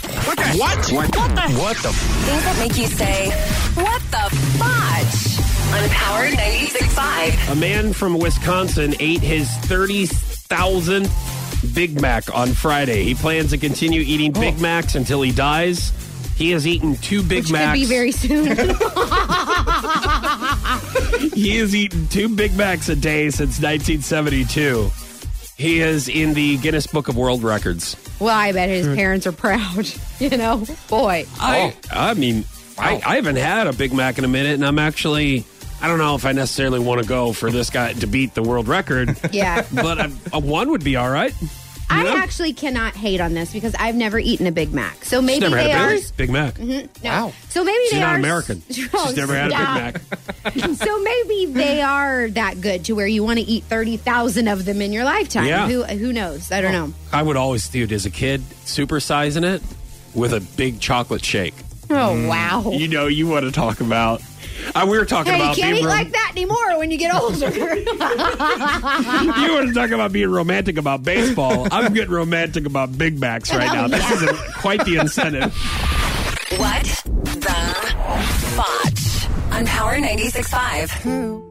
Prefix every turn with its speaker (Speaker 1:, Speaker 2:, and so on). Speaker 1: What? What?
Speaker 2: What the?
Speaker 1: What the? F-
Speaker 2: Things that make you say, what the fudge? On Power 96.5.
Speaker 1: a man from Wisconsin ate his 30,000th Big Mac on Friday. He plans to continue eating Big Macs until he dies. He has eaten two Big
Speaker 3: Oh. Which
Speaker 1: Macs.
Speaker 3: could be very soon.
Speaker 1: He has eaten two Big Macs a day since 1972. He is in the Guinness Book of World Records.
Speaker 3: well, I bet his parents are proud. You know, boy.
Speaker 1: I, Oh, I mean, I, I haven't had a Big Mac in a minute, and I'm actually, I don't know if I necessarily want to go for this guy to beat the world record.
Speaker 3: Yeah.
Speaker 1: but a, a one would be all right.
Speaker 3: I
Speaker 1: Yeah.
Speaker 3: actually cannot hate on this because I've never eaten a Big Mac. So
Speaker 1: She's
Speaker 3: maybe
Speaker 1: never
Speaker 3: they
Speaker 1: had a
Speaker 3: are.
Speaker 1: Big, Big Mac.
Speaker 3: No. So maybe
Speaker 1: She's
Speaker 3: they
Speaker 1: not
Speaker 3: are
Speaker 1: American.
Speaker 3: Oh,
Speaker 1: She's never had a Big
Speaker 3: stop.
Speaker 1: Mac.
Speaker 3: so maybe they are that good to where you want to eat 30,000 of them in your lifetime.
Speaker 1: Yeah.
Speaker 3: Who who knows? I don't know.
Speaker 1: I would always, dude, as a kid, supersizing it with a big chocolate shake.
Speaker 3: Oh, wow.
Speaker 1: mm, You know, you want to talk about. I, we were talking
Speaker 3: Hey, you
Speaker 1: about
Speaker 3: can't
Speaker 1: being
Speaker 3: eat
Speaker 1: rom-
Speaker 3: like that anymore when you get older.
Speaker 1: you want to talk about being romantic about baseball. I'm getting romantic about Big Macs right now. This isn't quite the incentive.
Speaker 2: What the fudge? On Power 96.5.
Speaker 4: True.